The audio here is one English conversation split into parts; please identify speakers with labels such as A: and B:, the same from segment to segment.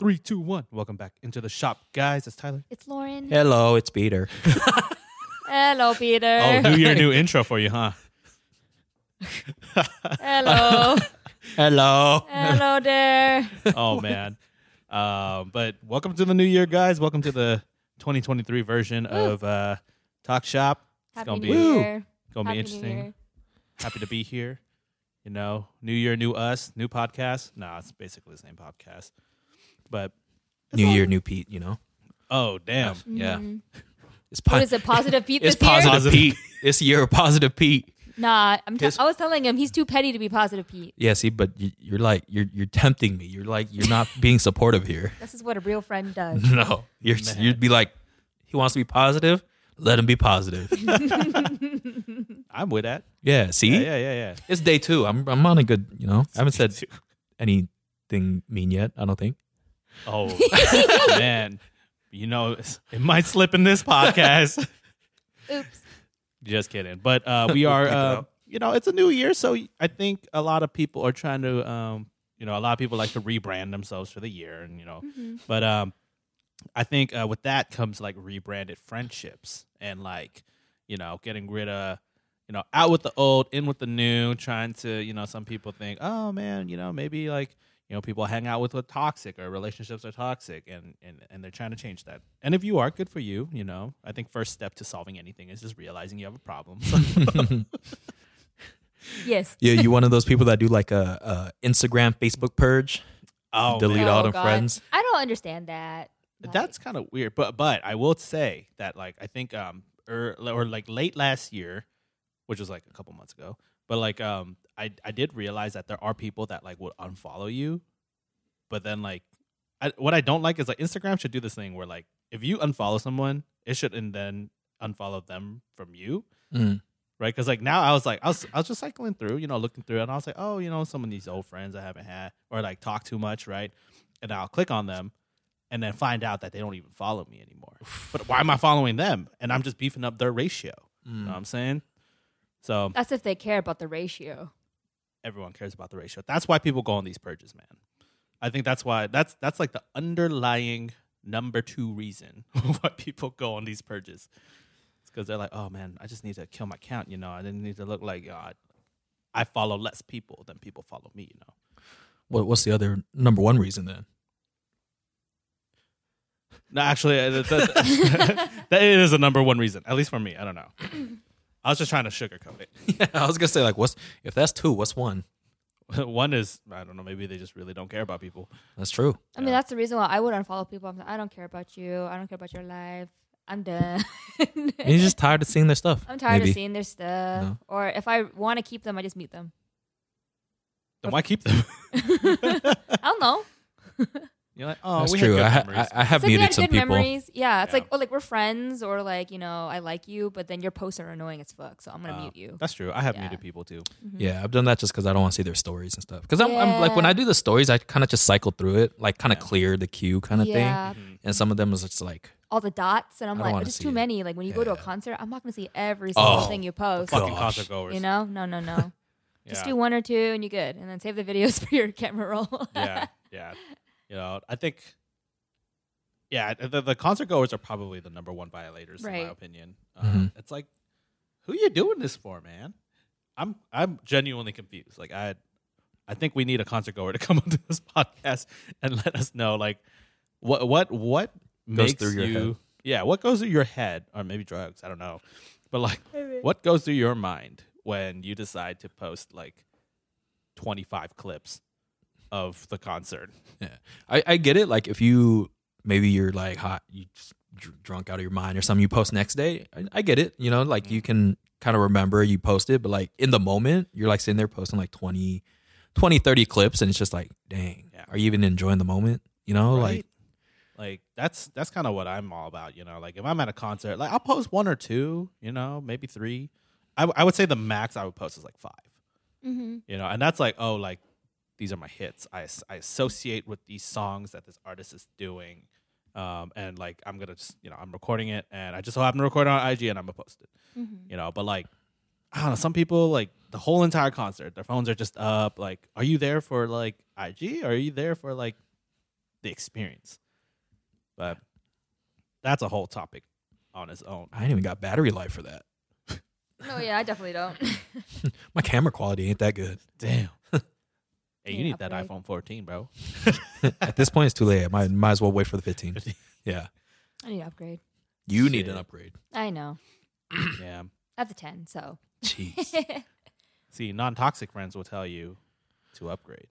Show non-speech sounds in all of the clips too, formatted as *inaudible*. A: Three, two, one. Welcome back into the shop, guys. It's Tyler.
B: It's Lauren.
C: Hello, it's Peter.
B: Hello, Peter.
A: Oh, new year, new intro for you, huh? *laughs*
B: Hello.
C: Hello.
B: Hello there.
C: *laughs*
A: Oh man. Um, but welcome to the new year, guys. Welcome to the 2023 version of uh, Talk Shop.
B: Happy
A: gonna
B: New
A: be-
B: Year.
A: Gonna
B: Happy
A: be
B: New
A: interesting.
B: Year.
A: Happy to be here. You know, new year, new us, new podcast. Nah, it's basically the same podcast. But
C: New year, new Pete, you know?
A: oh damn,
C: Yeah.
B: Mhm.
C: It's,
A: *laughs*
B: What
C: po-
B: is it? Positive Pete
C: it's
B: this year?
C: positive Pete. This year, positive Pete.
B: Nah, I'm t-
C: His-
B: I was telling him he's too petty to be positive Pete.
C: Yeah, see, but you, you're like, you're, you're tempting me. You're like, you're not being supportive here.
B: This is what a real friend
A: *laughs*
B: does.
C: *laughs* No. You're,
A: Man.
C: you'd be like, he wants to be positive? Let him
B: *laughs*
C: be positive.
A: I'm with that.
C: yeah, see?
A: Yeah, yeah, yeah, yeah.
C: It's day two. I'm, I'm on a good, you know? I haven't said anything mean yet, I *laughs* don't think. *laughs*
A: Oh man, you know it's- it might slip in this podcast. *laughs*
B: Oops.
A: Just kidding. But uh,
C: *laughs*
A: we are,
C: Keep it
A: uh,
C: up.
A: you know, it's a new year, so I think a lot of people are trying to, um, you know, a lot of people like to rebrand themselves for the year, and you know,
C: Mm-hmm.
A: but um, I think uh, with that comes like rebranded friendships and like, you know, getting rid of. You know, out with the old, in with the new. Trying to, you know, some people think, oh man, you know, maybe like you know people hang out with what toxic or relationships are toxic and, and and they're trying to change that and if you are good for you you know i think first step to solving anything is just realizing you have a problem *laughs*
B: Yes.
C: Yeah, you one of those people that do like a, a Instagram, Facebook purge,
A: oh
C: delete
A: man.
C: all
B: Oh,
C: them
B: God.
C: friends.
B: I don't understand that. Like,
A: that's kind of weird but but i will say that like i think um or, or like late last year which was like a couple months ago but like um i i did realize that there are people that like would unfollow you but then like I, what i don't like is like instagram should do this thing where like if you unfollow someone it should and then unfollow them from you
C: Mm.
A: right? Because like now I was like I was I was just cycling through, you know, looking through, and I was like, oh, you know, some of these old friends I haven't had or like talked too much, right? And I'll click on them, and then find out that they don't even follow me anymore. But why am I following them? And I'm just beefing up their ratio. You
C: Mm. Um,
A: know what I'm saying? So
B: That's if they care about the ratio.
A: everyone cares about the ratio. That's why people go on these purges, man. I think that's why that's that's like the underlying number two reason *laughs* why people go on these purges. It's because they're like, oh man, I just need to kill my count. You know, I didn't need to look like uh, I follow less people than people follow me. You know,
C: What, what's the other number one reason then?
A: no, actually, uh, that, that, *laughs* that is the number one reason, at least for me. I don't know. *clears throat* I was just trying to sugarcoat it.
C: *laughs* Yeah, I was gonna say like, what's if that's two, what's one?
A: *laughs* one is I don't know. Maybe they just really don't care about people.
B: *laughs*
C: That's true.
B: I mean,
A: Yeah.
B: that's the reason why I would unfollow people. I'm like, I don't care about you. I don't care about your life. I'm done.
C: And you're just tired of seeing their stuff.
B: *laughs* I'm tired
C: maybe.
B: of seeing their stuff.
C: No.
B: Or if I want to keep them, I just mute them.
A: Then why keep them? *laughs*
B: I don't know.
A: You're like, oh,
C: That's
A: we
C: true. I,
A: Had
C: ha-
A: good
C: I,
A: memories.
C: I
B: It's like
C: have
B: we
C: muted
B: had
C: some
B: good
C: people.
B: memories. Yeah, it's
A: Yeah.
B: like oh, like we're friends, or like you know, I like you, but then your posts are annoying as fuck, so I'm gonna
A: Uh,
B: mute you. Mm-hmm.
A: That's true. I have
B: Yeah.
A: muted people too.
C: Yeah, I've done that just because I don't want to see their stories and stuff. Because I'm, I'm like when
B: Yeah.
C: I do the stories, I kind of just cycle through it, like kind of
A: Yeah.
C: clear the queue kind of
B: Yeah,
A: Mm-hmm.
C: thing. And some of them is just like,
B: all the dots, and I'm
C: I don't
B: like,
C: wanna
B: there's
C: see
B: too
C: it.
B: many. Like when you go to a
C: Yeah.
B: concert, I'm not gonna see every single
C: Oh,
B: thing you post.
C: fuck.
A: fucking
C: Gosh.
A: concert goers.
B: You know, no, no, no.
A: yeah.
B: Just do one or two, and you're good, and then save the videos *laughs* for your camera roll. *laughs*
A: yeah, yeah. You know, I think. Yeah, the, the concert goers are probably the number one violators in
B: Right.
A: my opinion. Uh,
C: Mhm.
A: It's like, who you doing this for, man? I'm I'm genuinely confused. Like I, I think we need a concert goer to *laughs* come onto this podcast and let us know, like, what what what
C: Goes
A: makes
C: through your
A: you,
C: head.
A: yeah, what goes through your head, or maybe drugs, I don't know, but like,
B: Maybe.
A: what goes through your mind when you decide to post like twenty five clips of the concert?
C: yeah, I, I get it. Like if you maybe you're like hot, you just dr- drunk out of your mind or something, you post next day. I, I get it. You know, like you can kind of remember you posted, but like in the moment, you're like sitting there posting like 20, 20 30 clips, and it's just like, dang,
A: Yeah.
C: are you even enjoying the moment? You know, Oh, like
A: Right? like that's that's kind of what I'm all about, you know. Like if I'm at a concert, like I'll post one or two, you know, maybe three. I, w- I would say the max I would post is like five,
B: hmm
A: you know, and that's like oh, like these are my hits. I as- I associate with these songs that this artist is doing, um, and like I'm gonna just you know I'm recording it, and I just so happen to record it on IG, and I'm gonna post it,
B: mm-hmm.
A: you know. But like I don't know, some people like the whole entire concert, their phones are just up. Like, are you there for like IG? Are you there for like the experience. But that's a whole topic on its own.
C: I ain't even got battery life for that.
B: No, yeah, I definitely don't. *laughs*
C: My camera quality ain't that good.
A: Damn. *laughs* Hey,
B: Yeah,
A: you need that
B: upgrade.
A: iPhone 14, bro.
C: *laughs* At this point, it's too late. I might, might as well wait for the 15.
A: 15. *laughs*
C: Yeah.
B: I need to upgrade.
C: You
A: need an
C: upgrade.
B: I know.
A: yeah.
B: I have the 10, so. *laughs*
C: Jeez.
A: See, non-toxic friends will tell you to upgrade.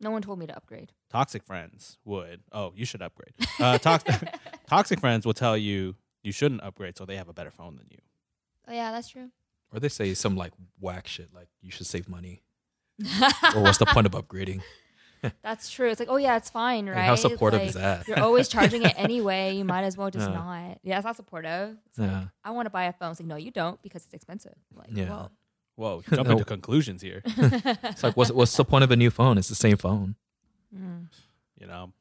B: no one told me to upgrade.
A: Toxic friends would. Oh, you should upgrade.
B: *laughs*
A: Uh, tox- *laughs* toxic friends will tell you you shouldn't upgrade, so they have a better phone than you.
B: Oh, yeah, that's true.
C: or they say some like whack shit, like you should
A: *laughs*
C: save money. Or what's the point of upgrading?
B: That's true. It's like, oh, yeah, it's fine, right?
C: Like, how supportive is
B: Like,
C: that?
B: You're always
A: *laughs*
B: charging it anyway. You might as well just
C: Yeah.
B: not. Yeah, it's not supportive. It's like,
C: *laughs* Yeah.
B: I want to buy a phone. It's like, no, you don't because it's expensive. I'm like,
C: Yeah.
A: *laughs*
B: well. *laughs*
A: Whoa, jumping to conclusions here.
C: It's like what's what's the point of a new phone? It's the same phone.
B: Mm.
A: You know,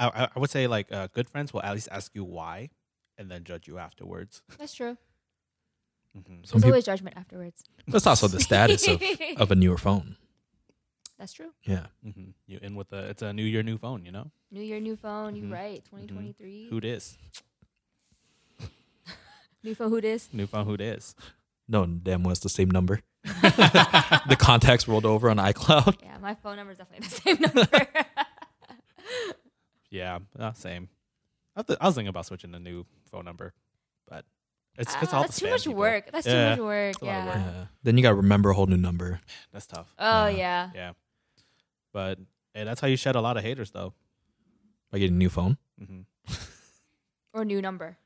A: I- I, I would say like uh, good friends will at least ask you why, and then judge you afterwards. *laughs*
B: That's true.
A: Mhm.
C: Some
B: There's
C: people,
B: always judgment afterwards.
C: that's also the
B: *laughs*
C: status of, of a newer phone.
B: That's true.
C: Yeah.
A: Mhm. You in with a it's a new year, new phone. You know
B: New year, new phone. You
A: Mhm.
B: right. 2023.
A: who dis
B: New phone, who dis?
A: new phone who dis.
C: No, damn well it's the same
B: *laughs*
C: number. *laughs* the contacts rolled over on iCloud.
B: Yeah, my phone number is definitely the *laughs* same number.
A: Yeah, uh, same. I, th- I was thinking about switching a new phone number, but *laughs* it's it's
B: Ah,
A: all
B: that's
A: the
B: too
A: spam
B: much
A: people.
B: work. That's
A: Yeah,
B: too much work.
A: a lot
B: Yeah.
A: of work.
C: Yeah. Then you gotta remember a whole new number.
A: That's tough.
B: Oh
C: Yeah.
B: yeah.
A: Yeah, but hey, that's how you shed a lot of haters though.
C: By getting a new phone.
A: hmm
B: Or new number.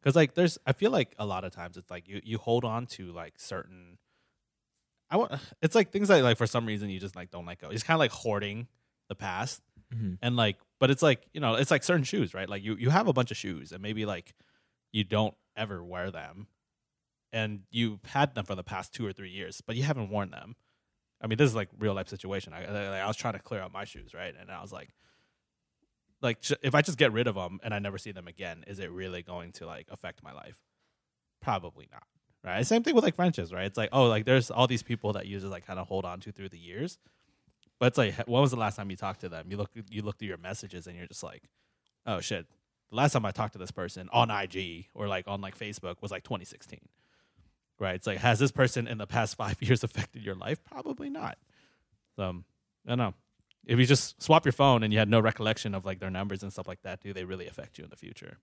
A: because like there's i feel like a lot of times it's like you you hold on to like certain i want *sighs* it's like things that like for some reason you just like don't let go it's kind of like hoarding the past
C: Mm-hmm.
A: and like but it's like you know it's like certain shoes right like you you have a bunch of shoes and maybe like you don't ever wear them and you've had them for the past two or three years but you haven't worn them i mean this is like real life situation i, I, like, I was trying to clear out my shoes right and i was like like sh- if i just get rid of them and i never see them again is it really going to like affect my life probably not right same thing with like friendships right it's like oh like there's all these people that you just like kind of hold on to through the years but it's like when was the last time you talked to them you look you look through your messages and you're just like oh shit the last time i talked to this person on ig or like on like facebook was like 2016 right it's like has this person in the past *laughs* five years affected your life probably not so um, i don't know if you just swap your phone and you had no recollection of like their numbers and stuff like that do they really affect you in the future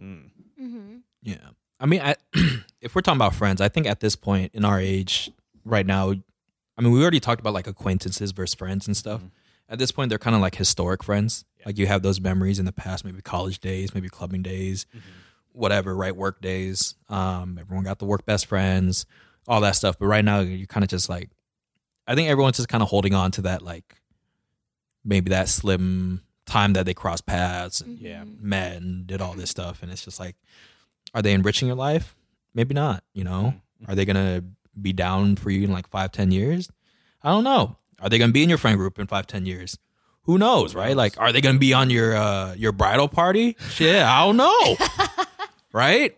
A: mm.
B: Mm-hmm.
C: Yeah. I mean, I, *clears throat* if we're talking about friends, I think at this point in our age right now, I mean, we already talked about like acquaintances versus friends and stuff. At this point, they're kind of like historic friends.
A: Yeah.
C: Like you have those memories in the past, maybe college days, maybe clubbing days, whatever, right? Work days. Um, everyone got the work best friends, all that stuff. But right now, you're kind of just like, I think everyone's just kind of holding on to that, like maybe that slim time that they crossed paths and
A: Yeah.
C: met and did all this stuff and it's just like are they enriching your life maybe not you know are they gonna be down for you in like five ten years i don't know are they gonna be in your friend group in five ten years who knows right like are they gonna be on your uh your bridal party shit i don't *laughs* know right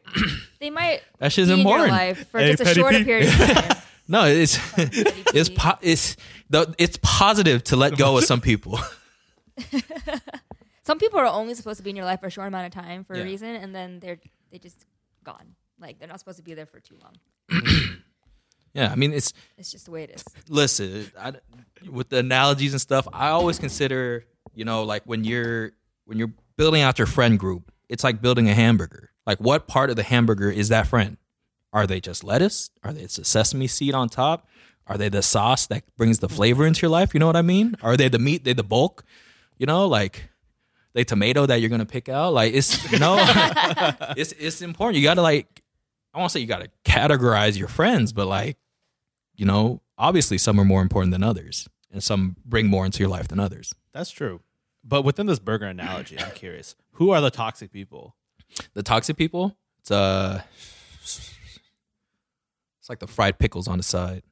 B: They might
C: that
B: be
C: shit's
B: in your
C: important
B: life for
A: Hey,
B: just a
A: Petty
B: short
A: Pete.
B: period of
A: *laughs*
B: time.
C: no it's it's
B: Pete.
C: po- it's the, it's positive to let go of *laughs* some people
B: Some people are only supposed to be in your life for a short amount of time for
C: Yeah.
B: a reason, and then they're they just gone. Like they're not supposed to be there for too long.
C: yeah i mean it's
B: It's just the way it is.
C: listen I, with the analogies and stuff i always consider you know like when you're when you're building out your friend group it's like building a hamburger like what part of the hamburger is that friend are they just lettuce are they it's a sesame seed on top are they the sauce that brings the flavor into your life you know what i mean are they the meat they the bulk you know like they tomato that you're gonna pick out like it's you know *laughs* it's it's important you gotta like i won't say you gotta categorize your friends but like you know, obviously some are more important than others and some bring more into your life than others.
A: That's true. But within this burger analogy, I'm curious. Who are the toxic people?
C: The toxic people, it's uh it's like the fried pickles on the side.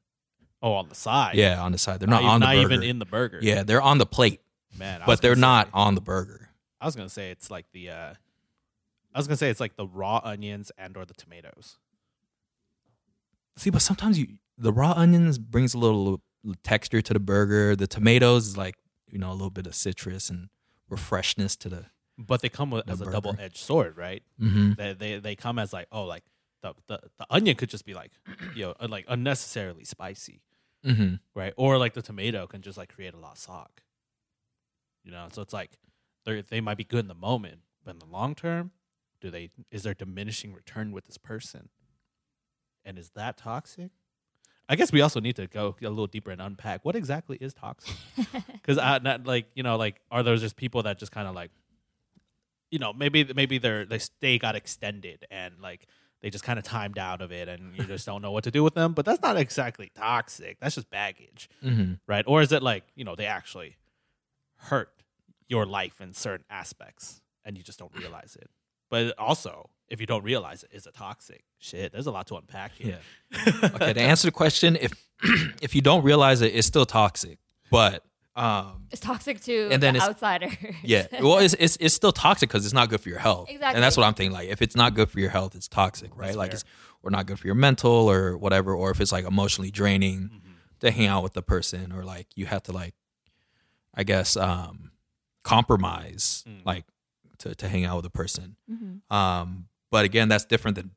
A: Oh, on the side.
C: Yeah, on the side. They're
A: Not,
C: not,
A: even,
C: on the
A: not
C: burger.
A: even in the burger.
C: yeah, they're on the plate,
A: Man. I was
C: but they're
A: gonna
C: not
A: say-
C: on the burger.
A: I was going to say it's like the, uh, I was going to say it's like the raw onions and or the tomatoes.
C: See, but sometimes you the raw onions brings a little, little texture to the burger. The tomatoes is like, you know, a little bit of citrus and or freshness to the.
A: but they come with,
C: The
A: as a
C: burger.
A: double edged sword, right?
C: Mm-hmm.
A: They, they they come as like oh like the, the the onion could just be like you know like unnecessarily spicy,
C: Mm-hmm.
A: right? Or like the tomato can just like create a lot of sock. You know, so it's like they they might be good in the moment, but in the long term, do they is there diminishing return with this person? And is that toxic? I guess we also need to go a little deeper and unpack what exactly is toxic. Because I not like you know like are those just people that just kind of like, you know maybe maybe their their stay got extended and like they just kind of timed out of it and you just don't know what to do with them. But that's not exactly toxic. That's just baggage,
C: Mm-hmm.
A: right? Or is it like you know they actually hurt your life in certain aspects and you just don't realize it. But also, if you don't realize it, is it toxic? Shit, there's a lot to unpack here.
C: Okay, to answer the question, if *clears throat* if you don't realize it, it's still toxic. But um,
B: *laughs* it's toxic to
C: And then
B: the
C: it's-
B: outsider. *laughs*
A: *laughs*
C: yeah, well, it's it's, it's still toxic because it's not good for your health.
B: Exactly.
C: and that's what I'm thinking. Like, if it's not good for your health, it's toxic, right?
A: That's
C: like,
A: fair.
C: it's or not good for your mental or whatever, or if it's like emotionally draining
A: Mhm.
C: to hang out with the person, or like you have to like, I guess, um, compromise
A: Mm.
C: like to to hang out with a person.
B: hmm
C: Um, but again, that's different than,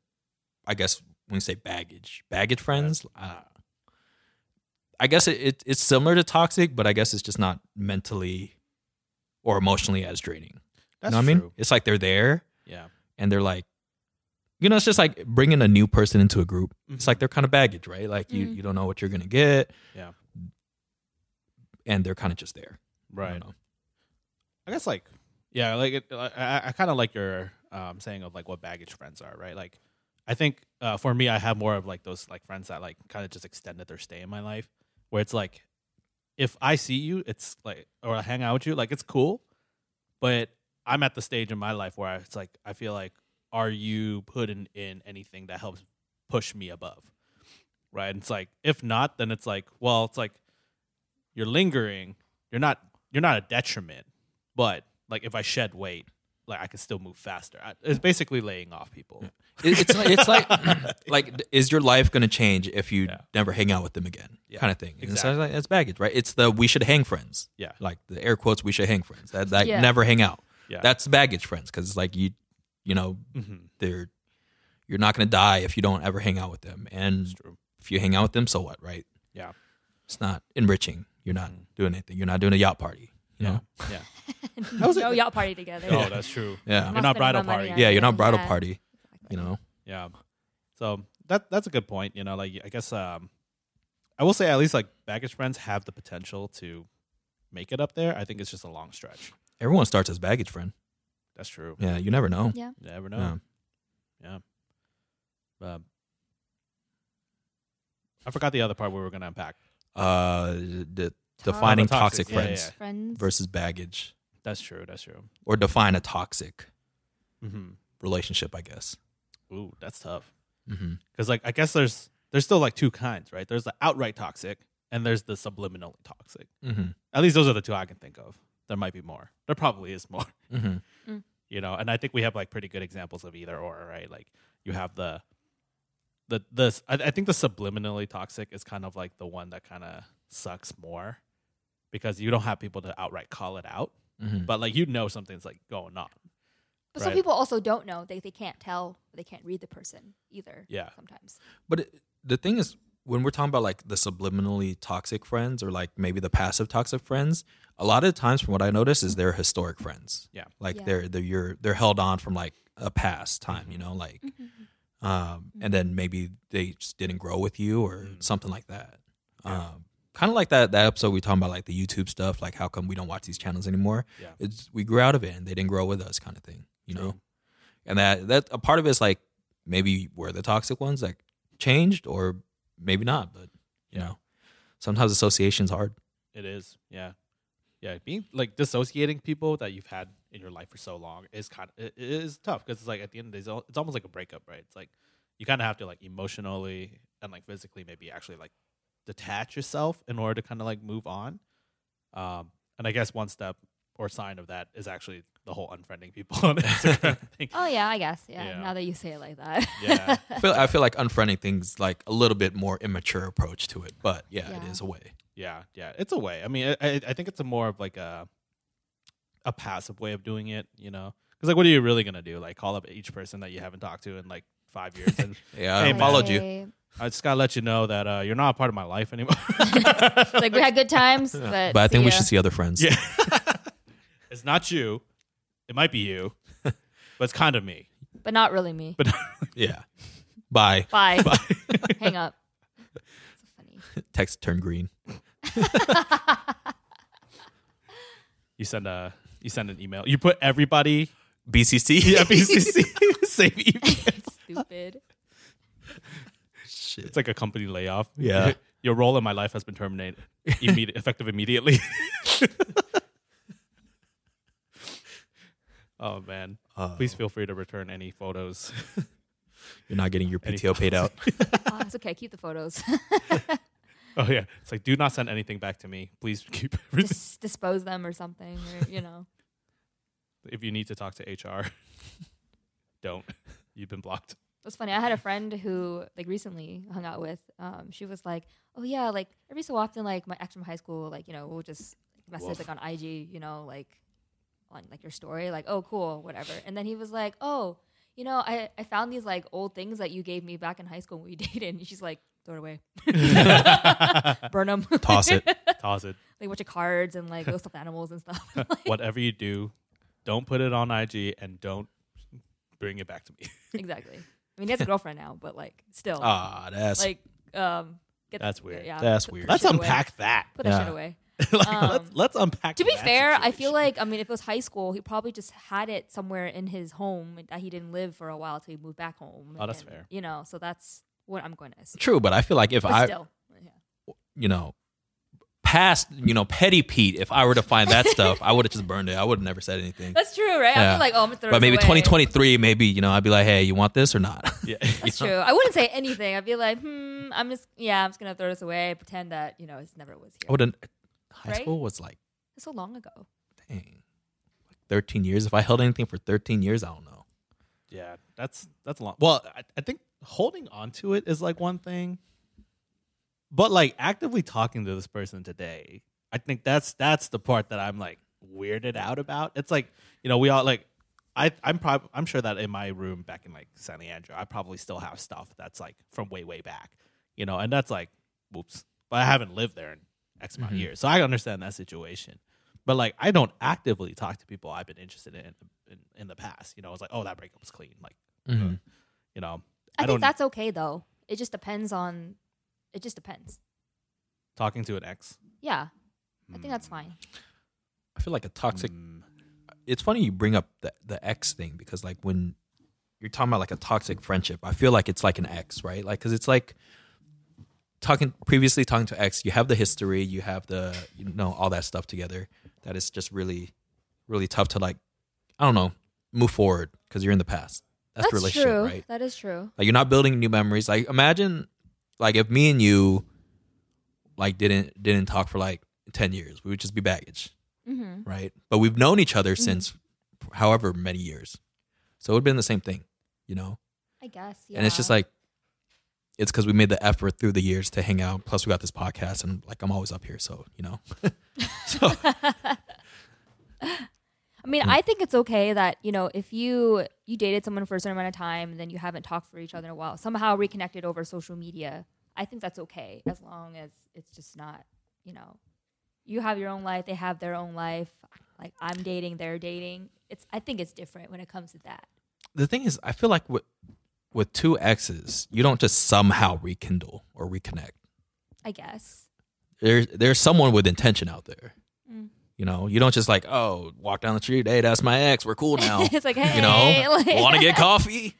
C: I guess, when you say baggage, baggage friends. Uh, I guess it, it it's similar to toxic, but I guess it's just not mentally or emotionally as draining.
A: That's
C: you know what I mean?
A: true.
C: It's like they're there
A: Yeah.
C: and they're like, you know, it's just like bringing a new person into a group. It's like
A: Mhm.
C: they're kind of baggage, right? Like you
B: Mm.
C: you don't know what you're gonna get.
A: Yeah.
C: And they're kind of just there. I don't
A: Mm-hmm. right.
C: know.
A: I guess like yeah, like it, I- I, I kind of like your um, saying of like what baggage friends are, right? Like I think uh, for me, I have more of like those like friends that like kind of just extended their stay in my life, where it's like if I see you, it's like or I hang out with you, like it's cool, but I'm at the stage in my life where I, it's like I feel like are you putting in anything that helps push me above, right? And it's like if not, then it's like well, it's like you're lingering, you're not you're not a detriment but like if I shed weight, like I can still move faster. I, it's basically laying off people.
C: It- it's like, it's
A: *laughs*
C: like like is your life going to change if you
A: Yeah.
C: never hang out with them again
A: Yeah,
C: kind of thing and so
A: exactly.
C: like, that's baggage right it's the we should hang friends
A: Yeah.
C: like the air quotes we should hang friends that like
B: Yeah.
C: never hang out
A: Yeah.
C: that's baggage friends because it's like you you know
A: Mhm.
C: they're you're not going to die if you don't ever hang out with them and
A: It's true.
C: if you hang out with them so what right
A: Yeah.
C: it's not enriching you're not
A: Mhm.
C: doing anything you're not doing a yacht party you
A: Yeah.
C: know
A: Yeah. was
B: no
A: it-
B: y'all party together.
A: Oh, that's true.
C: *laughs* yeah
A: You're not
B: Not spending
A: bridal
B: my money
A: party.
B: on
C: yeah you're not bridal
B: Yeah.
C: party you know
A: Yeah. So that that's a good point. You know, like I guess um, I will say at least like baggage friends have the potential to make it up there. I think it's just a long stretch.
C: everyone starts as baggage friend
A: That's true.
C: yeah you never know
B: Yeah.
A: You never know.
C: Yeah.
A: Um, I forgot the other part we were going to unpack.
C: uh the Defining
A: Oh, the toxic.
C: toxic
A: Yeah, yeah,
C: friends
A: yeah.
B: friends.
C: versus baggage
A: That's true. That's true.
C: or define a toxic
A: hmm
C: relationship i guess
A: Ooh, that's tough.
C: mm-hmm.
A: because like i guess there's there's still like two kinds right there's the outright toxic and there's the subliminally toxic
C: Mm-hmm.
A: at least those are the two i can think of there might be more there probably is more *laughs*
C: Mm-hmm.
A: you know and i think we have like pretty good examples of either or right like you have the the this i, I think the subliminally toxic is kind of like the one that kind of sucks more because you don't have people to outright call it out
C: Mm-hmm.
A: but like you know something's like going on
B: But some
A: Right.
B: people also don't know. They they can't tell. They can't read the person either.
A: Yeah.
B: Sometimes.
C: but it, the thing is when we're talking about like the subliminally toxic friends or like maybe the passive toxic friends a lot of times from what i notice is they're historic friends
A: Yeah.
C: like
B: Yeah.
C: they're they're you're, they're held on from like a past time you know like um and then maybe they just didn't grow with you or
A: Mm.
C: something like that
A: Yeah.
C: um kind of like that that episode we talking about like the youtube stuff like how come we don't watch these channels anymore
A: Yeah.
C: it's we grew out of it and they didn't grow with us kind of thing you know
A: True.
C: and that that a part of it's like maybe we're the toxic ones that changed or maybe not but you know sometimes association's hard
A: It is, yeah, yeah. Being like dissociating people that you've had in your life for so long is kind of it it is tough because it's like at the end of the day, it's al- it's almost like a breakup, right? It's like you kind of have to like emotionally and like physically, maybe actually like detach yourself in order to kind of like move on. Um, and I guess one step or sign of that is actually the whole unfriending people *laughs* on Instagram thing.
B: Oh yeah, I guess. Yeah.
A: Yeah.
B: Now that you say it like that. *laughs*
A: Yeah.
C: I feel, I feel like unfriending things like a little bit more immature approach to it but yeah,
B: Yeah.
C: it is a way
A: Yeah, yeah, it's a way. I mean, I, I I think it's a more of like a. a passive way of doing it, you know? Because like, what are you really gonna do? Like, call up each person that you haven't talked to in like five years, and
C: Yeah,
A: Hey,
C: I
A: man.
C: followed you.
B: Okay.
A: I just gotta let you know that uh, you're not a part of my life anymore. *laughs*
B: like we had good
C: *laughs*
B: times, but
C: But I think we
B: ya.
C: should see other friends.
A: yeah, it's not you. It might be you, but it's kind of me.
B: But not really me.
A: But
C: Yeah. Bye.
B: Bye.
A: Bye.
B: *laughs* Hang up. So funny.
C: Text turned green.
A: you send a you send an email. You put everybody *laughs*
C: *laughs* BCC.
A: yeah BCC *laughs* same email.
B: Stupid.
C: Shit.
A: It's like a company layoff.
C: Yeah.
A: *laughs* your role in my life has been terminated,
C: *laughs*
A: immediate, effective immediately. oh man!
C: Uh,
A: Please feel free to return any
C: *laughs*
A: photos.
C: You're not getting your
A: Any
C: PTO paid out.
B: Oh, it's okay. Keep the photos.
A: *laughs*
B: *laughs*
A: Oh yeah, it's like do not send anything back to me. Please keep *laughs* everything.
B: Just dispose them or something. Or, you know.
A: if you need to talk to HR, *laughs* don't. You've been blocked.
B: It was funny. I had a friend who like recently hung out with. Um, she was like, "Oh yeah, like every so often, like my ex from high school, like you know, we'll just message
A: Woof.
B: like on IG, you know, like on like your story, like oh cool, whatever." And then he was like, "Oh, you know, I I found these like old things that you gave me back in high school when we *laughs* dated." And she's like, "Throw it away, *laughs* burn them,
C: *laughs* Toss it.
A: *laughs* Toss it.
B: like a bunch of cards and like
C: *laughs*
B: little stuffed animals and stuff." *laughs* Like,
A: Whatever you do, don't put it on IG and don't bring it back to me.
B: exactly. I
C: *laughs*
B: mean, he has a girlfriend now, but like still,
C: Ah, that's
B: like uh, um, get
A: That's weird.
B: Yeah,
C: That's
B: put-
C: weird.
B: put
A: Let's
B: shit away.
A: unpack that.
B: Put that shit
C: Yeah.
B: away.
A: *laughs* Like,
B: Um,
A: let's, let's unpack.
B: To be
A: that
B: fair, I feel
A: situation.
B: like I mean, if it was high school, he probably just had it somewhere in his home that he didn't live for a while till he moved back home.
A: Oh, that's
B: and,
A: fair.
B: You know, so that's what I'm going to assume.
C: true, but I feel like if
B: But
C: I,
B: still, yeah.
C: you know, past, you know, petty Pete, if I were to
B: *laughs*
C: find that stuff, I would have just burned it. I would have never said anything.
B: that's true, right? I
C: Yeah.
B: feel like oh, I'm gonna throw
C: But
B: this
C: maybe
B: away.
C: 2023, maybe, you know, I'd be like, hey, you want this or not? *laughs*
A: yeah.
B: *laughs* That's true. I wouldn't say anything. I'd be like, hmm, I'm just yeah, I'm just gonna throw this away, pretend that you know it's never was
C: I
B: here.
C: wouldn't. High
B: Right?
C: school was like,
B: It's so long ago.
C: dang, like 13 years. If I held anything for 13 years, I don't know.
A: Yeah, that's that's a lot. Well, I, I think holding on to it is like one thing, but like actively talking to this person today, I think that's that's the part that I'm like weirded out about. It's like you know we all like I I'm prob- I'm sure that in my room back in like San Leandro, I probably still have stuff that's like from way way back, you know, and that's like whoops, but I haven't lived there in X amount of
C: Mhm.
A: years, so I understand that situation. But like, I don't actively talk to people I've been interested in in, in the past. You know, it's like, oh, that breakup was clean. Like,
C: Mhm.
A: uh, you know, I,
B: I, think
A: don't
B: that's okay though. It just depends on. It just depends.
A: talking to an ex.
B: Yeah, I think
C: Hmm.
B: that's fine.
C: I feel like a toxic
A: Mm,
C: it's funny you bring up the, the ex thing because like when you're talking about like a toxic friendship i feel like it's like an ex right like because it's like talking previously talking to ex you have the history you have the you know all that stuff together that is just really really tough to like i don't know move forward because you're in the past that's, the relationship
B: true.
C: right
B: That is true.
C: like you're not building new memories like imagine like if me and you like didn't didn't talk for like 10 years we would just be baggage
B: Mm-hmm.
C: right? But we've known each other since however many years. So it would have been the same thing, you know?
B: I guess. Yeah.
C: And it's just like, it's because we made the effort through the years to hang out. Plus, we got this podcast, and like, I'm always up here. So, you know? so,
B: I
C: hmm.
B: mean, I think it's okay that you know if you you dated someone for a certain amount of time, and then you haven't talked for each other in a while, somehow reconnected over social media. I think that's okay as long as it's just not you know you have your own life, they have their own life. Like I'm dating, they're dating. It's I think it's different when it comes to that.
C: the thing is, I feel like with, with two exes, you don't just somehow rekindle or reconnect.
B: I guess.
C: There's, there's someone with intention out there.
B: Mm.
C: You know, you don't just like, oh, walk down the street. Hey, that's my ex. We're
B: *laughs*
C: cool now.
B: it's like hey,
C: you know,
B: *laughs* like-
C: want to get coffee?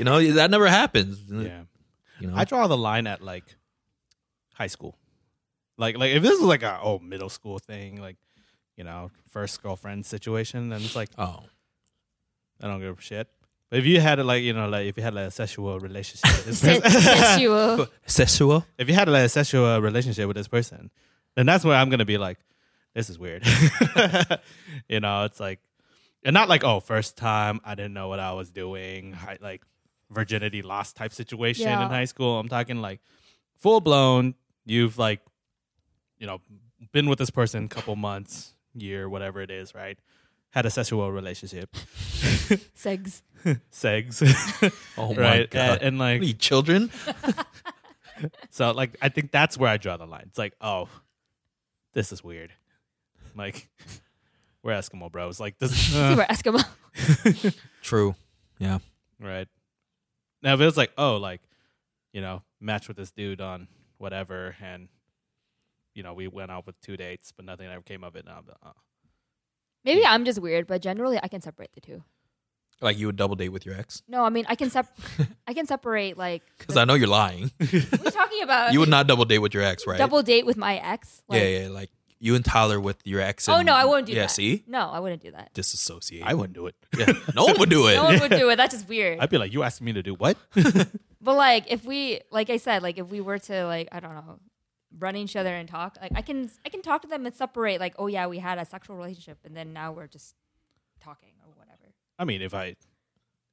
C: You know, that never happens.
A: yeah,
C: You know,
A: I draw the line at like high school. Like, like if this is like a oh middle school thing, like you know, first girlfriend situation, then it's like
C: Oh,
A: I don't give a shit. But if you had like you know like if you had like a sexual relationship, with
B: *laughs*
A: this
B: Sit-
C: *laughs*
A: person-
B: sit you up.
C: sexual.
A: if you had like a sexual uh, relationship with this person, then that's where I'm gonna be like, this is weird. *laughs* you know, it's like, and not like oh, first time I didn't know what I was doing, I, like virginity lost type situation
B: Yeah.
A: in high school. I'm talking like full blown. You've like, you know, been with this person a couple months, year, whatever it is, right? had a sexual relationship,
C: *laughs*
B: Segs.
A: sex, *laughs*
C: Oh
A: right?
C: my god!
A: And, and like
C: What are you children?
A: so, like I think that's where I draw the line. It's like, oh, this is weird. Like *laughs* we're Eskimo bros. Like this,
C: Uh.
A: uh,
B: Super Eskimo.
C: True.
A: right? Now if it was like, oh, like you know, match with this dude on whatever, and you know, we went out with two dates, but nothing ever came of it. Now, uh,
B: Maybe I'm just weird, but generally I can separate the two.
C: Like you would double date with your ex?
B: No, I mean I can sep-
C: *laughs*
B: I can separate like
C: Because I know you're
B: *laughs*
C: lying.
B: we're talking about
C: you would not double date with your ex, right?
B: double date with my ex. Like,
C: yeah, yeah. Like you and Tyler with your ex.
B: Oh
C: and-
B: no, I wouldn't do
C: yeah,
B: that.
C: see,
B: No, I wouldn't do that.
C: disassociate.
A: I wouldn't do *laughs* it.
C: *laughs* Yeah, no one would do it.
B: No one would do it. That's just weird.
A: I'd be like, you asking me to do what?
B: But like if we like I said, like if we were to like, I don't know, run each other and talk, like I can I can talk to them and separate like, oh yeah, we had a sexual relationship and then now we're just talking or whatever.
A: I mean, if I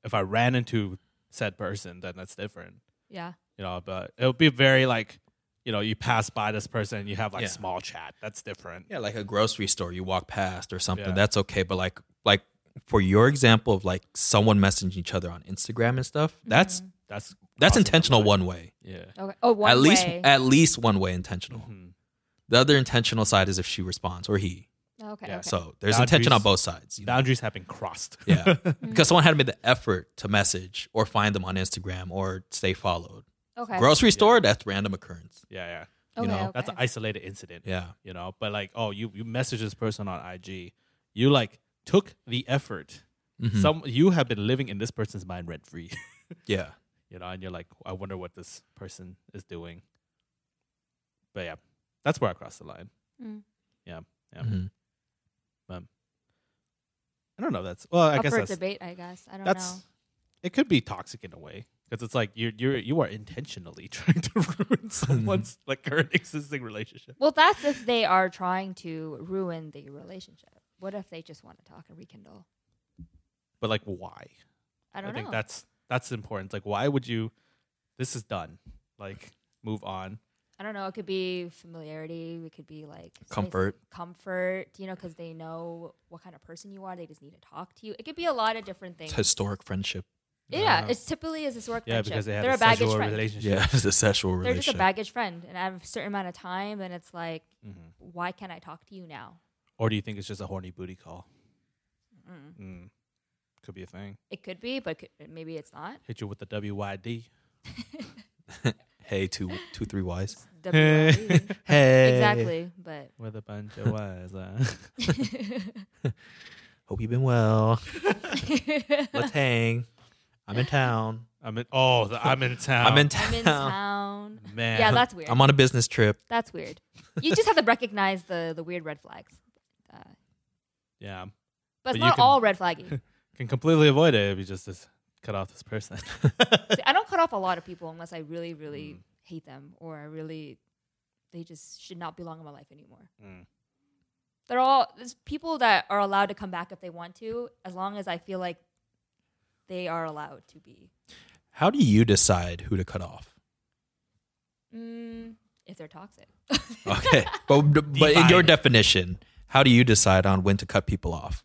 A: if I ran into said person, then that's different,
B: Yeah.
A: you know. But it would be very like, you know, you pass by this person, and you have like
C: Yeah.
A: small chat. That's different.
C: *laughs* Yeah, like a grocery store you walk past or something.
A: Yeah.
C: That's okay. But like like for your example of like someone messaging each other on Instagram and stuff,
B: Mm-hmm.
C: that's
A: That's
C: that's
A: crossing the
C: intentional
A: line.
C: one way.
A: Yeah.
B: Okay. Oh, one
C: at least
B: way. Mm-hmm.
C: at least one way intentional.
A: Mhm.
C: The other intentional side is if she responds or he.
B: okay.
A: yeah,
B: okay.
C: So there's
A: Boundaries.
C: intention on both sides. you know?
A: Boundaries have been crossed.
C: Yeah. because someone had to make the effort to message or find them on Instagram or stay followed.
B: okay.
C: Grocery store, that's random occurrence.
A: *laughs* yeah, yeah.
B: okay,
C: know,
B: okay.
A: That's an isolated incident.
C: Yeah.
A: You know, but like, oh, you you message this person on IG, you like took the effort.
C: Mhm.
A: Some you have been living in this person's mind rent free.
C: yeah.
A: *laughs* you know, and you're like, I wonder what this person is doing. But yeah, that's where I crossed the line.
B: Mm.
A: Yeah.
C: Mhm.
A: I don't know. That's well, I
B: Up
A: guess
B: for
A: that's
B: debate, I guess. I don't
A: that's
B: know.
A: it could be toxic in a way because it's like you're you're you are intentionally *laughs* trying to
C: *laughs*
A: ruin someone's like current *laughs* existing relationship.
B: Well, that's if they are trying to ruin the relationship. What if they just want to talk and rekindle?
A: But like, why?
B: I don't
A: think
B: know.
A: that's that's important. Like, why would you? This is done. Like, move on.
B: I don't know. It could be familiarity. It could be like something-
C: Comfort.
B: comfort. You know, because they know what kind of person you are. They just need to talk to you. It could be a lot of different
C: It's
B: things.
C: historic friendship.
B: yeah,
A: Uh,
B: it's typically is this work
A: yeah,
B: friendship.
A: because they have
B: They're
A: a,
B: a baggage
A: sexual
B: friend.
A: relationship.
C: Yeah. *laughs* It's a sexual
B: They're
C: relationship.
B: just a baggage friend, and I have a certain amount of time, and it's like,
A: hmm
B: why can't I talk to you now?
A: Or do you think it's just a horny booty call? Mm. Could be a thing.
B: It could be, but could, maybe it's not.
A: Hit you with the WYD.
B: *laughs*
C: hey, two, two, three Ys.
A: *laughs*
B: WYD.
C: Hey.
B: exactly, but
A: With a bunch of wise.
C: Hope you've been well.
B: *laughs*
C: Let's hang. I'm in town.
A: *laughs* I'm in. Oh, the, I'm in town.
C: I'm in
B: I'm
C: *laughs*
B: in
C: town.
B: town.
C: *laughs*
A: Man.
B: Yeah, that's weird.
C: Oh. I'm on a business trip.
B: That's weird. You just have to recognize the the weird red flags. Uh,
A: yeah.
B: but
A: But
B: it's
A: you
B: not
A: can-
B: all red flaggy.
A: Can completely avoid it if you just, just cut off this person.
B: See, I don't cut off a lot of people unless I really, really hate them or I really they just should not belong in my life anymore.
A: Mm.
B: They're all there's people that are allowed to come back if they want to, as long as I feel like they are allowed to be.
C: How do you decide who to
B: *laughs*
C: cut off?
B: Mm, if they're toxic.
C: Okay. but but in
A: Define
C: your
A: it.
C: definition, how do you decide on when to cut people off?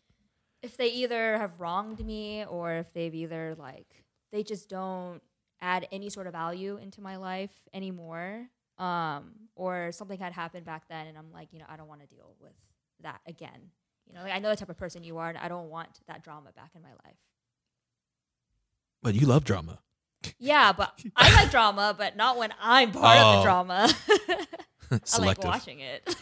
B: if they either have wronged me or if they've either like they just don't add any sort of value into my life anymore um or something had happened back then and i'm like you know i don't want to deal with that again you know like i know the type of person you are and i don't want that drama back in my life
C: But you love drama. *laughs*
B: yeah but i like drama but not when i'm part of
C: Oh.
B: the drama *laughs* i like
C: Selective.
B: watching it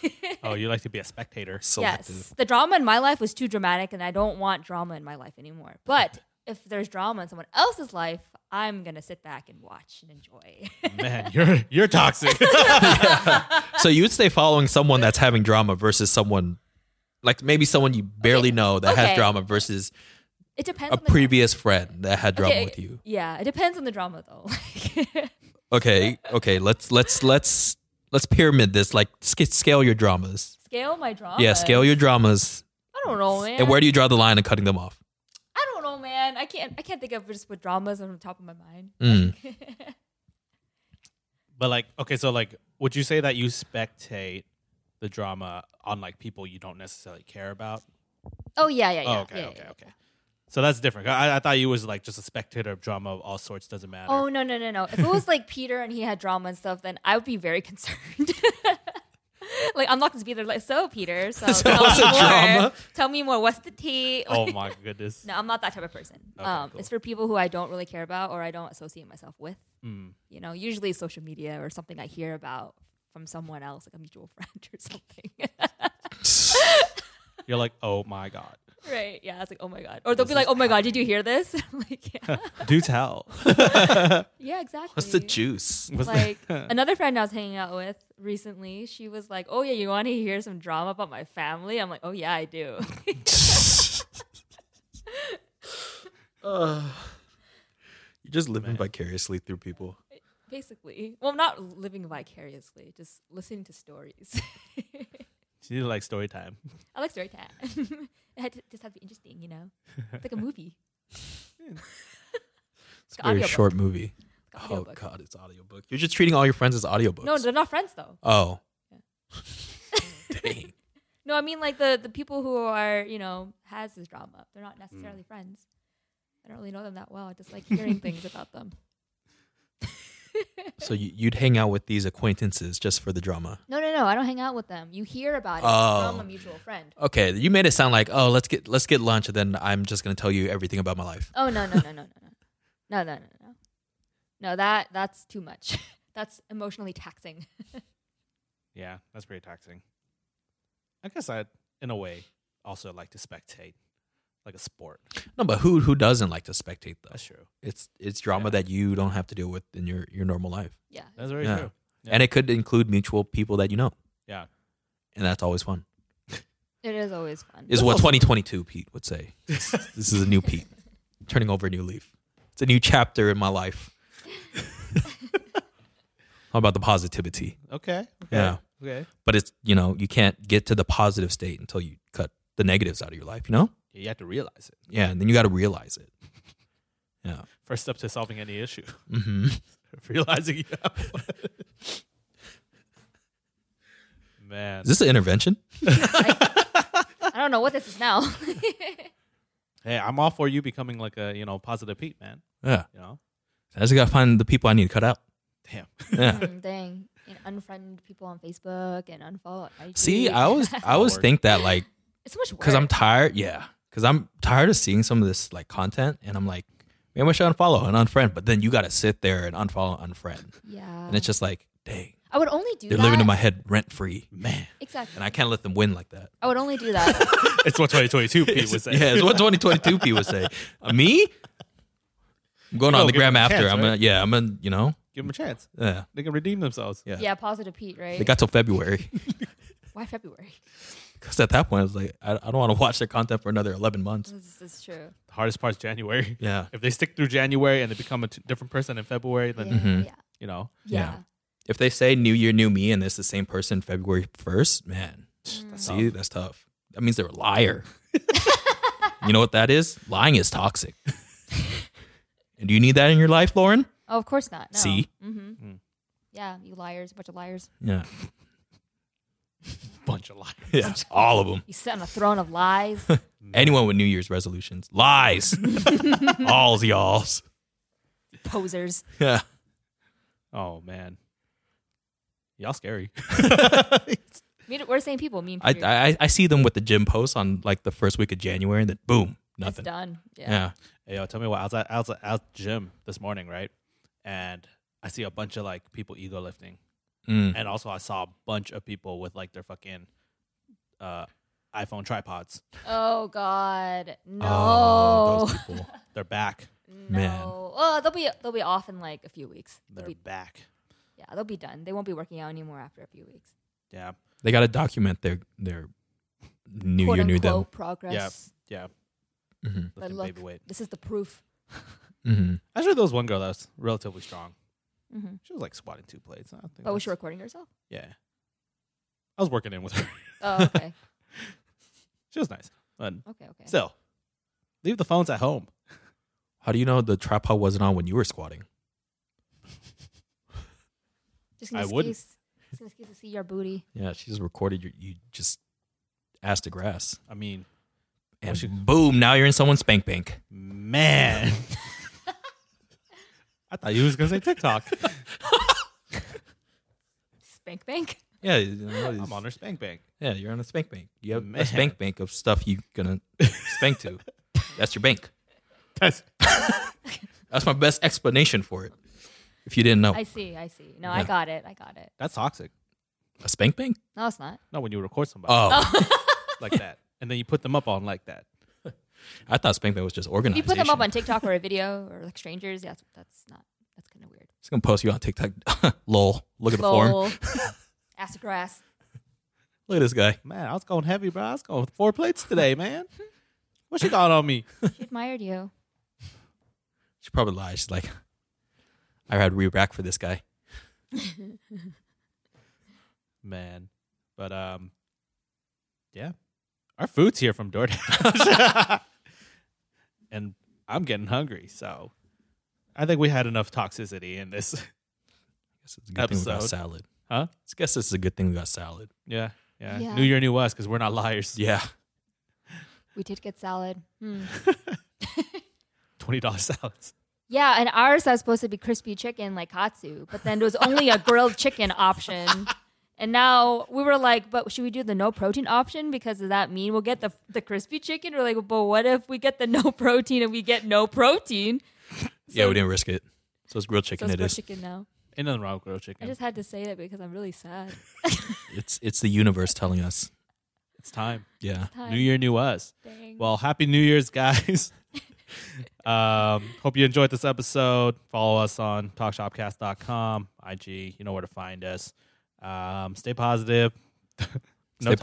A: oh, you like to be a spectator.
C: Selective.
B: Yes. The drama in my life was too dramatic and I don't want drama in my life anymore. But if there's drama in someone else's life, I'm going to sit back and watch and enjoy.
A: *laughs*
B: *laughs*
A: Man, you're you're toxic.
C: So you would stay following someone that's having drama versus someone like maybe someone you barely know that has
B: Okay.
C: drama versus
B: it depends
C: a
B: on the drama.
C: previous friend that had drama
B: Okay,
C: with you.
B: Yeah, it depends on the drama though. *laughs*
C: Okay, okay, let's let's let's let's pyramid this. Like sc- scale your dramas.
B: scale my drama.
C: Yeah, scale your dramas.
B: I don't know, man.
C: And where do you draw the line of cutting them off?
B: I don't know, man. I can't I can't think of just what dramas on the top of my mind.
C: Mm.
A: *laughs* but like, okay, so like, would you say that you spectate the drama on like people you don't necessarily care about,
B: *laughs* Oh yeah, yeah, yeah.
A: Oh, okay,
B: yeah, yeah,
A: okay,
B: yeah.
A: okay. So that's different. I, I thought you was like just a spectator of drama of all sorts. Doesn't matter.
B: Oh no, no, no, no. If it was like Peter and he had drama and stuff, then I would be very *laughs* concerned. like I'm not going to be there. Like so,
A: *laughs*
B: Peter. So,
C: So
B: tell
C: what's
B: me
C: the
B: more.
C: drama?
B: Tell me more. What's the tea?
A: Oh, my goodness.
B: *laughs* No, I'm not that type of person.
A: Okay,
B: um,
A: cool.
B: It's for people who I don't really care about or I don't associate myself with.
A: Mm.
B: You know, usually social media or something I hear about from someone else, like a mutual *laughs* friend
A: *laughs*
B: or something.
A: You're like, oh my god.
B: right? Yeah, it's like, oh my god. Or they'll
A: This
B: be like,
A: is
B: oh my god, did you hear this? *laughs* I'm like,
A: *laughs*
B: yeah,
A: Do tell.
B: yeah exactly.
C: What's the juice?
A: Was
B: like
A: that-
B: another friend I was hanging out with recently, she was like, "Oh yeah, you want to hear some drama about my family?" I'm like, "Oh yeah, I do."
C: Uh, you're just living
A: Man.
C: vicariously through people.
B: Basically, well, not living vicariously, just listening to stories.
A: *laughs*
B: *laughs*
A: she did like story time.
B: I like story time. *laughs* it had to, just had to be interesting, you know. It's like a movie. *laughs*
C: It's
B: It's
C: a
B: an
C: very
B: audiobook.
C: short movie.
B: It's like an
C: Oh
B: audiobook.
C: god, it's audiobook. You're just treating all your friends as audiobooks.
B: No, they're not friends though.
C: Oh. Dang.
B: No, I mean like the the people who are you know has this drama. They're not necessarily friends. I don't really know them that well. I just like hearing things about them.
C: So you, you'd hang out with these acquaintances just for the drama.
B: No, no, no. I don't hang out with them. You hear about it from
C: Oh.
B: a mutual friend.
C: Okay, you made it sound like oh let's get let's get lunch and then I'm just gonna tell you everything about my life.
B: Oh no, no, no, no, no, no, no, no, no, no. No, that that's too much. *laughs* that's emotionally taxing.
A: Yeah, that's pretty taxing. I guess I, in a way, also like to spectate, like a sport.
C: No, but who who doesn't like to spectate though?
A: That's true.
C: It's it's drama
A: Yeah.
C: that you don't have to deal with in your your normal life,
B: Yeah.
A: That's very
C: Yeah.
A: true. Yeah.
C: and it could include mutual people that you know.
A: Yeah.
C: and that's always fun.
B: It is always fun.
C: Is
A: That's
C: what
A: also-
C: 2022 Pete would say.
A: *laughs*
C: this is a new Pete, turning over a new leaf. It's a new chapter in my
A: *laughs*
C: life. *laughs* How about the positivity?
A: Okay. okay.
C: Yeah.
A: Okay.
C: But it's you know you can't get to the positive state until you cut the negatives out of your life. You know?
A: You have to realize it.
C: Yeah, and then you got to realize it. *laughs* Yeah.
A: First step to solving any issue, *laughs*
C: Mm-hmm.
A: realizing you have one. Man.
C: Is this an intervention?
B: I don't know what this is now.
A: Hey, I'm all for you becoming like a, you know, positive Pete, man.
C: Yeah.
A: You know?
C: I just got to find the people I need to cut out.
A: Damn.
C: *laughs*
B: *laughs*
C: Yeah.
B: Mm, Dang. And unfriend people on Facebook and unfollow. on IG.
C: See, I always I always *laughs*
A: Lord.
C: think that like
B: *laughs* it's so much work.
C: because I'm tired. Yeah, because I'm tired of seeing some of this like content, and I'm like, maybe I should unfollow and unfriend. But then you got to sit there and unfollow, unfriend,
B: yeah.
C: and it's just like, dang,
B: I would only do
C: they're
B: that.
C: living in my head rent free, man.
B: exactly.
C: And I can't let them win like that.
B: I would only do
C: *laughs*
B: that.
A: *laughs* it's what 2022 Pete would say.
C: yeah, it's what 2022 P would say. Uh, me, I'm going
A: No,
C: on the
A: give them
C: gram
A: a
C: after.
A: chance,
C: I'm gonna, yeah, I'm gonna, you know,
A: Give them a chance.
C: yeah.
A: They can redeem themselves.
C: Yeah.
B: yeah, positive Pete, right?
C: They got till February *laughs*
B: Why February? *laughs*
C: because at that point I was like, I, I don't want to watch their content for another 11 months.
B: This is true.
A: The hardest part's January.
C: Yeah,
A: If they stick through January and they become a t- different person in February,
B: Yeah,
A: then,
C: Mhm.
B: yeah.
A: you know,
B: Yeah.
C: if they say New Year, New Me, and it's the same person February 1st, man,
A: that's
C: See, that's tough. That means they're a liar. *laughs* you know what that is? Lying is toxic. *laughs* and do you need that in your life, Lauren?
B: Oh, of course not. No.
C: See?
B: hmm
A: Mm.
B: Yeah, you liars, bunch of liars.
C: Yeah. *laughs*
A: a bunch of lies.
C: Yeah. All of them.
B: You sit on a throne of lies.
C: *laughs* Anyone with New Year's resolutions. Lies. All's y'all's.
B: posers.
C: Yeah.
A: Oh, man. Y'all scary.
B: Me and- We're the same people. Me and
C: *laughs* I,
B: Peter.
C: I I see them with the gym posts on like the first week of January and then boom,
B: it's
C: nothing.
B: done. Yeah.
C: Yeah.
A: Hey, yo, tell me what. I was at, I was at, I was at gym this morning, right? And I see a bunch of like people ego lifting,
C: Mm.
A: and also I saw a bunch of people with like their fucking uh, iPhone tripods.
B: Oh God, no,
C: Oh, those people.
A: They're back.
B: no.
C: man.
B: Oh, they'll be they'll be off in like a few weeks. They'll
A: They're
B: be,
A: back.
B: yeah, they'll be done. They won't be working out anymore after a few weeks.
A: Yeah,
C: They gotta document their their new
B: Quote
C: year, new them.
B: unquote progress.
A: yeah.
C: Mhm.
B: But
A: Lifting
B: look,
A: baby weight.
B: this is the proof.
C: Mhm.
A: Actually, there was one girl that was relatively strong.
B: Mhm.
A: She was like squatting two plates. I think
B: But Oh, was
A: that's-
B: she recording herself?
A: Yeah, I was working in with her. *laughs*
B: Oh,
C: *laughs*
B: okay,
A: she was nice, but
B: okay, okay.
A: still, leave the phones at home.
C: How do you know the tripod wasn't on when you were squatting?
B: just an
A: I wouldn't.
B: excuse. Just an excuse to see your booty.
C: Yeah, she just recorded your, you just ass to grass.
A: I mean,
C: and
A: she-
C: boom, now you're in someone's spank bank.
B: *laughs*
A: Man. *laughs* I thought you was gonna say
B: *laughs*
A: TikTok.
B: Spank bank.
C: Yeah, you know, it's-
A: I'm on her spank bank.
C: yeah, you're on a spank bank. You have
A: Man.
C: a spank bank of stuff you're *laughs* gonna spank to. That's your bank.
A: That's
C: That's my best explanation for it. If you didn't know,
B: I see. I see. No,
C: Yeah.
B: I got it. I got it.
A: that's toxic.
C: a spank bank.
B: No, it's not.
A: Not when you record somebody
C: Oh,
A: like that, and then you put them up on like that.
C: I thought spank bank was just
B: If
C: organized.
B: you put them up on TikTok or a video or like strangers, yeah, that's, that's not. That's kind of weird.
C: It's gonna post you on TikTok. *laughs* Lol. Look at the form.
B: Lol.
C: *laughs*
B: Acid grass.
C: Look at this guy.
A: Man, I was going heavy, bro. I was going with four plates today, man. What she got on me?
B: She admired you.
C: She probably lied. She's like, I had re rack for this guy.
A: Man. But um yeah. Our food's here from DoorDash. *laughs* and I'm getting hungry, so I think we had enough toxicity in this. *laughs*
C: guess it's a good thing we got
A: Episode.
C: salad.
A: Huh?
C: I guess this is a good thing we got salad.
A: Yeah. Yeah.
B: Yeah.
A: New year, new us, because we're not liars. *laughs*
C: Yeah.
B: We did get salad. Hmm.
A: Twenty dollar salads.
B: Yeah, and ours was supposed to be crispy chicken like katsu, but then there was only a grilled chicken option. And now we were like, but should we do the no protein option? Because does that mean we'll get the the crispy chicken? We're like, but what if we get the no protein and we get no protein?
C: yeah, we didn't risk it. So it's grilled
B: So
C: chicken.
B: it's
C: it
B: grilled
C: is.
B: chicken now.
A: Ain't nothing wrong with grilled
B: I
A: chicken.
B: just had to say that because I'm really sad.
C: It's it's the universe telling us.
A: it's time.
C: Yeah.
A: New year, new us.
B: Dang.
A: Well, happy New Year's, guys. *laughs* um, hope you enjoyed this episode. Follow us on talkshopcast.com, IG. You know where to find us. Um, stay positive. *laughs* no
C: Stay
A: toxicity.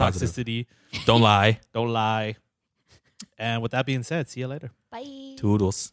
C: positive. Don't lie.
A: Don't lie. And with that being said, see you later.
B: Bye.
C: Toodles.